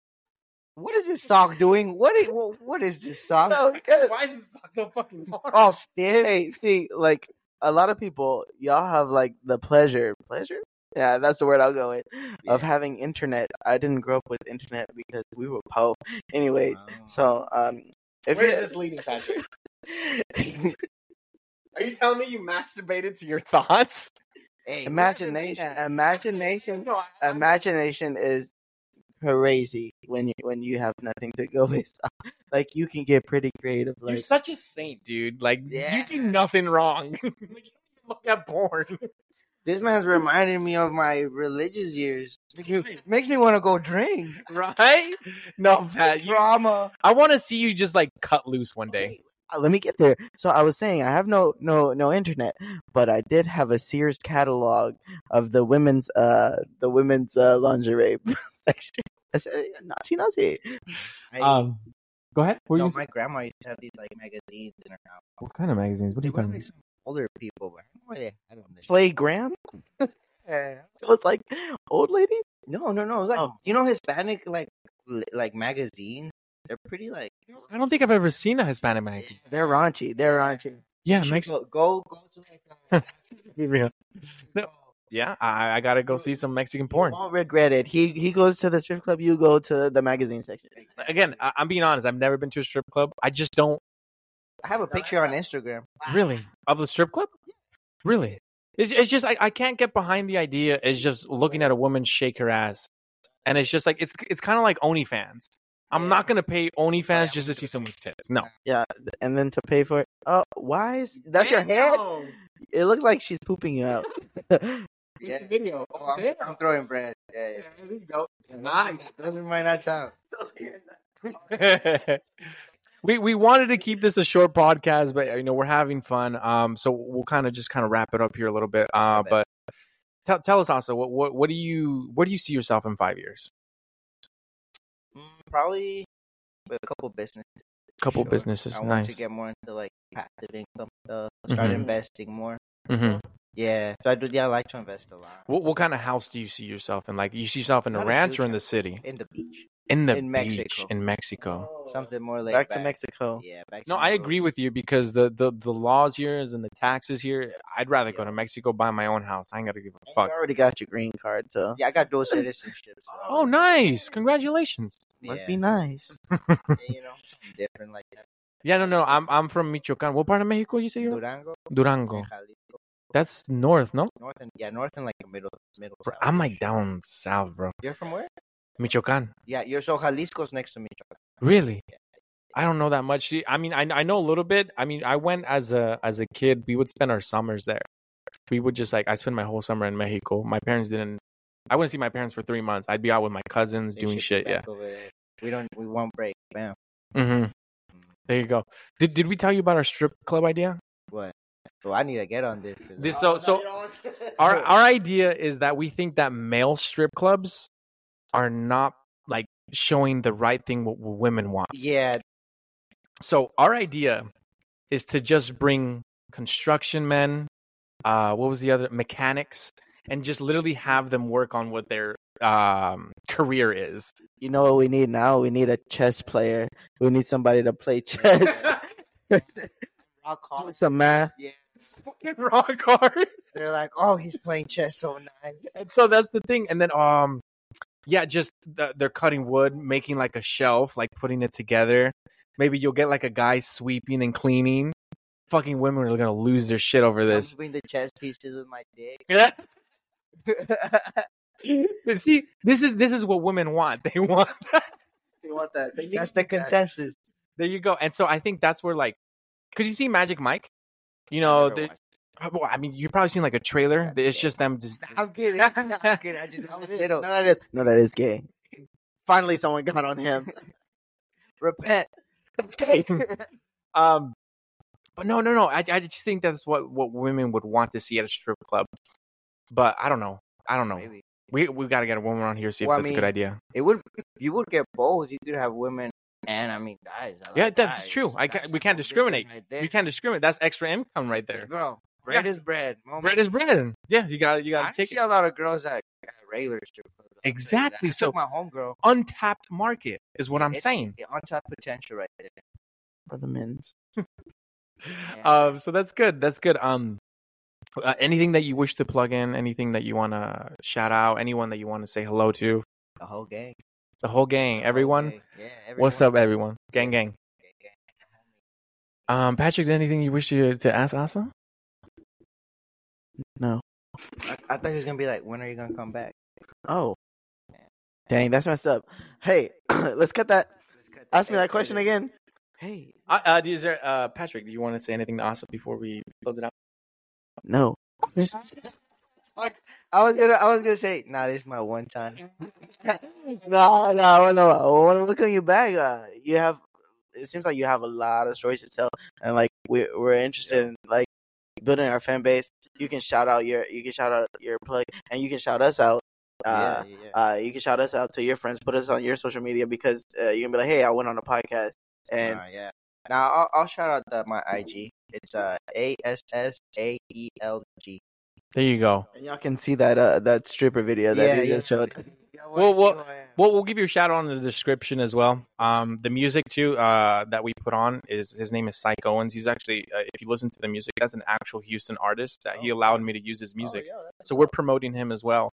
What is this sock doing? What is wha- what is this sock? Oh, Why is this so fucking hard? All stiff. Hey, Oh, see, like a lot of people, y'all have like the pleasure, pleasure. Yeah, that's the word I'll go with. Of having internet. I didn't grow up with internet because we were poor. Anyways, so um, if you- leading, Patrick? Are you telling me you masturbated to your thoughts? Hey, imagination, imagination, Um, imagination is crazy when you when you have nothing to go with. like you can get pretty creative. Like, You're such a saint, dude. Like you Yeah. do nothing wrong. like, you don't even look at porn. This man's reminding me of my religious years. Makes me want to go drink. Right? No, Uh, Pat. You, Drama. I want to see you just like cut loose one day. Uh, let me get there. So I was saying I have no no no internet, but I did have a Sears catalog of the women's uh the women's uh, lingerie section. I said, Nazi Nazi. I, Um, go ahead. What, no, my grandma used to have these like magazines in her house. kind of magazines? What They were like some older people, but I don't know where they had them. This Playgram. shit. It was like old lady. No, no, no. It was like Oh. you know Hispanic like li- like magazines. They're pretty like I don't think I've ever seen a Hispanic magazine. They're raunchy. They're raunchy. Yeah, you makes go, go go to like uh, the- real. No. go. Yeah, I, I gotta go see some Mexican porn. Won't regret it. He he goes to the strip club. You go to the magazine section. Again, I, I'm being honest. I've never been to a strip club. I just don't I have a picture on Instagram. Really? Of the strip club? Really? It's, it's just I, I can't get behind the idea. It's just looking at a woman shake her ass, and it's just like it's it's kind of like OnlyFans. I'm not gonna pay OnlyFans just to see someone's tits. No, And then to pay for it. Oh, why is that's your head? It looks like she's pooping you out. Yeah. video. Oh, I'm, I'm throwing bread. Yeah, yeah. Those are my nuts out. we we wanted to keep this a short podcast, but you know we're having fun. Um, so we'll kind of just kind of wrap it up here a little bit. Uh, bet. but tell tell us also what what what do you what do you see yourself in five years? Mm, Probably with a couple businesses. Couple sure. businesses, I want nice. to get more into like passive income stuff. Start Mhm. investing more. Mhm. Yeah. So I do. Yeah, I like to invest a lot What what kind of house do you see yourself in? Like you see yourself in a Not a ranch or huge in the house. city? in the beach. In the In beach Mexico. Oh, in Mexico. Something more laid Oh. back to back. Mexico. Yeah. Back No, to I the agree roots. with you because the the, the laws here is and the taxes here. I'd rather go to Mexico buy my own house. I ain't gotta give a fuck. You already got your green card, so Yeah, I got dual citizenship. so- Oh, nice! Congratulations. must Yeah, be nice. You know, something different like that. Yeah, no, no. I'm I'm from Michoacan. What part of Mexico you say you're? Durango, Durango. Jalisco. That's north, no? north and yeah, north and like the middle, middle. Bro, south. I'm like down south, bro. You're from where? Michoacan. Yeah, you're so Jalisco's next to me. Really? I don't know that much. She- I mean, I I know a little bit. I mean, I went as a as a kid. We would spend our summers there. We would just like I spent my whole summer in Mexico. My parents didn't. I wouldn't see my parents for three months. I'd be out with my cousins doing shit. Yeah. We don't. We won't break. Bam. Mm-hmm. There you go. Did did we tell you about our strip club idea? What? So I need to get on this. This so so our our idea is that we think that male strip clubs are not like showing the right thing what women want. yeah, So our idea is to just bring construction men, uh, what was the other mechanics, and just literally have them work on what their um, career is. You know what we need now? We need a chess player. We need somebody to play chess. I'll call. Do Some math. Fucking raw card. They're like, oh, he's playing chess so nice. And so that's the thing. And then um, yeah, just th- they're cutting wood, making like a shelf, like putting it together. Maybe you'll get like a guy sweeping and cleaning. Fucking women are gonna lose their shit over I'm this. moving the chess pieces with my dick. But see, this is this is what women want. They want You want that? That's the consensus. There you go. And so I think that's where like, cause you see Magic Mike, you know, Never the, watched. well, I mean, you've probably seen like a trailer. It's just them just I'm kidding. I'm kidding. I just I'm No, little. that is no, that is gay. Finally, someone got on him. Repent. um. But no, no, no. I I just think that's what what women would want to see at a strip club. But I don't know. I don't know. Maybe. We we got to get a woman on here see if Well, I that's a good mean, idea. It would. You would get both. You could have women and I mean guys. I Yeah, like that's guys. true. I can't- we can't That's something discriminate. Right You can't discriminate. That's extra income right there. Bro, bread Yeah. is bread. Homie. Bread is bread. Yeah, you got you got I to take see it. a lot of girls at at regular strip clubs. I'll tell you that. Exactly, I so- took my homegirl. Untapped market is what I'm It's- saying. Yeah, on top potential right there. For the men's. Um, so that's good. That's good. Um, uh, anything that you wish to plug in, anything that you want to shout out, anyone that you want to say hello to, The whole gang. the whole gang, The whole everyone. gang. Yeah. Everyone. What's up, everyone? Gang, gang. Gang, gang. Um, Patrick, anything you wish to to ask Asa? No. I, I thought he was gonna be like, when are you gonna come back? Oh. Dang, that's messed up. Hey, let's cut that. Let's cut Ask the me that tape question later. again. Hey. Uh, uh, is there, uh, Patrick, do you want to say anything to Asa before we close it out? No. I was gonna, I was gonna say, nah, this is my one time. no, no, no. I want to welcome you back. Uh, you have. It seems like you have a lot of stories to tell, and like we're we're interested in like building our fan base. You can shout out your you can shout out your plug, and you can shout us out. Uh, yeah, yeah, yeah. uh, you can shout us out to your friends. Put us on your social media because uh, you can be like, hey, I went on a podcast, and Nah, yeah. Now I'll, I'll shout out the, my IG. It's uh A S S A E L G. There you go. and y'all can see that uh, that stripper video that Yeah, he yeah. just showed. us. Well, well, Well, we'll give you a shout out in the description as well. Um, the music too uh, that we put on is his name is Psych Owens. He's actually, uh, if you listen to the music, that's an actual Houston artist that he allowed me to use his music. so we're promoting him as well.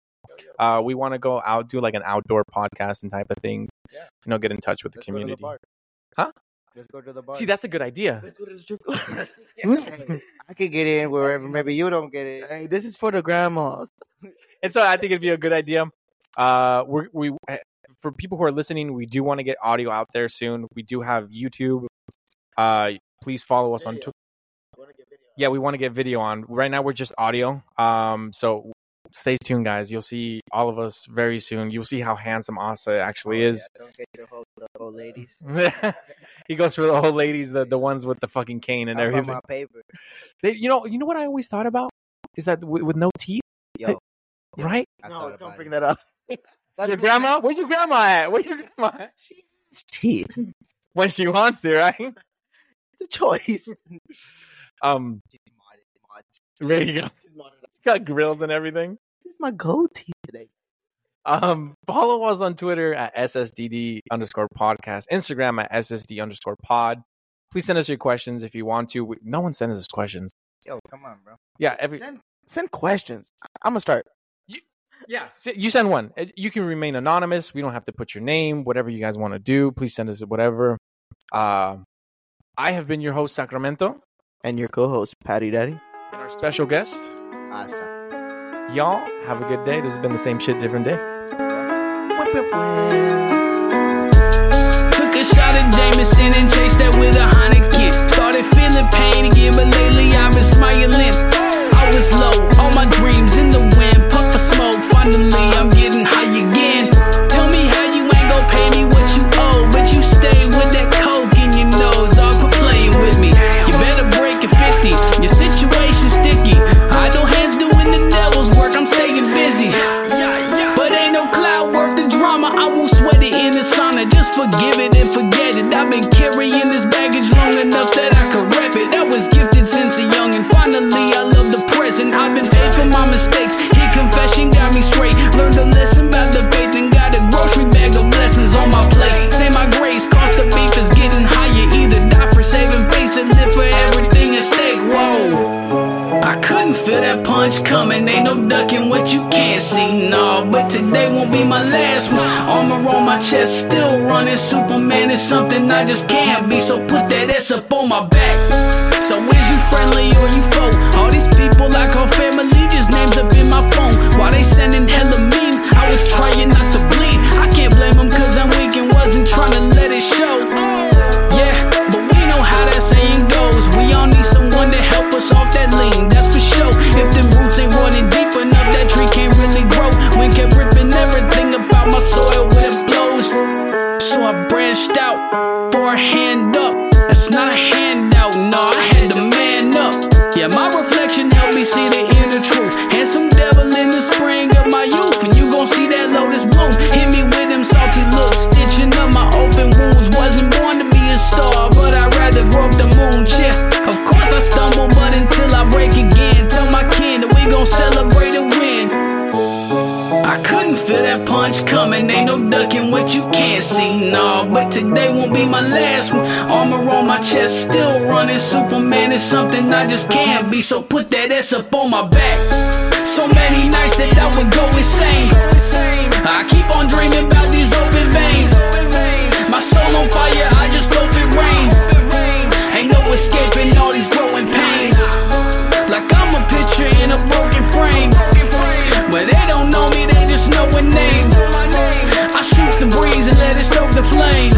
Uh, we want to go out, do like an outdoor podcast and type of thing. Yeah. You know, get in touch with the community. Huh? Let's go to the bar. See, that's a good idea. Let's go to the strip club. Hey, I could get in wherever. Maybe you don't get in. hey, this is for the grandmas. and so I think it'd be a good idea. Uh, we're, we for people who are listening, we do want to get audio out there soon. We do have YouTube. Uh, please follow us on. Twitter. yeah, we want to get video on. Right now, we're just audio. Um, so stay tuned, guys. You'll see all of us very soon. You'll see how handsome Asa actually Oh, is. yeah, don't get your whole, the whole ladies. he goes for the old ladies, the the ones with the fucking cane and How about everything. my paper. They- you know, you know what I always thought about is that with, with no teeth, Yo, Yeah. right? I No, thought don't about bring it. that up. That's your what- grandma? Where's your grandma at? Where's your grandma? At? It's teeth. When she wants to, right? It's a choice. Um, She's modded, modded. there you go. Got grills and everything. This is my gold teeth today. Um, follow us on Twitter at SSDD underscore podcast, Instagram at SSD underscore pod. Please send us your questions if you want to. We, no one sends us questions. Yo, come on, bro. Yeah, every Send, send questions. I'm gonna start. yeah, s- you send one. Uh, You can remain anonymous. We don't have to put your name. Whatever you guys want to do, please send us whatever. Um, I have been your host Sacramento. And your co-host Patty Daddy. And our our special guest. Hasta. Y'all have a good day. This has been the same shit, different day. Whip, whip, whip. Took a shot of Jameson and chased that with a Honda kid. Started feeling pain again, but lately I've been smiling. I was low, all my dreams in the wind. Puff for smoke, finally I'm getting high again. Tell me how you ain't gon' pay me what you owe, but you stay with that coke in your nose. Dog, quit playing with me. You better break it 50. Your situation's sticky. Idle hands doing the devil's work, I'm staying busy. But ain't no cloud worth the drama. I won't sweat it in the sauna. Just forgive it and forget it. I've been carrying this baggage long enough that I could rep it. That was gifted since a young, and finally I love the present. I've been paid for my mistakes. Hit confession got me straight. Learned a lesson about the faith and got a grocery bag of blessings on my plate. Say my grace, cost of beef is getting higher. Either die for saving face and live for everything at stake. Whoa. I couldn't feel that punch coming. Ain't no ducking what you can't see, no. But today won't be my last one. Armor on my chest, still running. Superman is something I just can't be. So put that S up on my back. So is you friendly or you foe? All these people I call family, just names up in my phone. Why they sending hella memes? I was trying not to bleed. I can't blame them cause I'm weak and wasn't trying to let it show. Yeah, but we know how that saying goes. We all need someone to help us off that lean, that's for sure. If them roots ain't running deep enough, that tree can't really grow. Wind kept ripping everything about my soil when it blows. So I branched out, for a hand up. That's not a handout, no, I had to man up. Yeah, my reflection helped me see the inner truth. Handsome devil in the spring of my youth, and you gon' see that lotus bloom. Hit me with them salty looks, stitching up my open wounds. Wasn't born to be a star, but I'd rather grow up the moon. Yeah, of course I stumble, but until I break again, tell my kin that we gon' celebrate a win. I couldn't feel that punch coming. Ain't no ducking what you can't see, no. But today won't be my last one. Armor on my chest, still running. Superman is something I just can't be. So put that S up on my back. So many nights that I would go insane. I keep on dreaming about these open veins. My soul on fire, I just hope it rains. Ain't no escaping all these growing pains. Like I'm a picture in a broken frame. But they don't know me, they just know a name. I shoot the breeze and let it stoke the flame.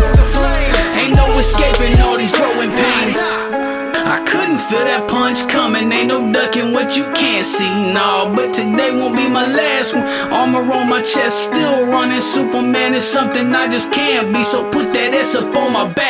Ain't no escaping all these growing pains. I couldn't feel that punch coming. Ain't no ducking what you can't see, no. But today won't be my last one. Armor on my chest, still running. Superman is something I just can't be. So put that S up on my back.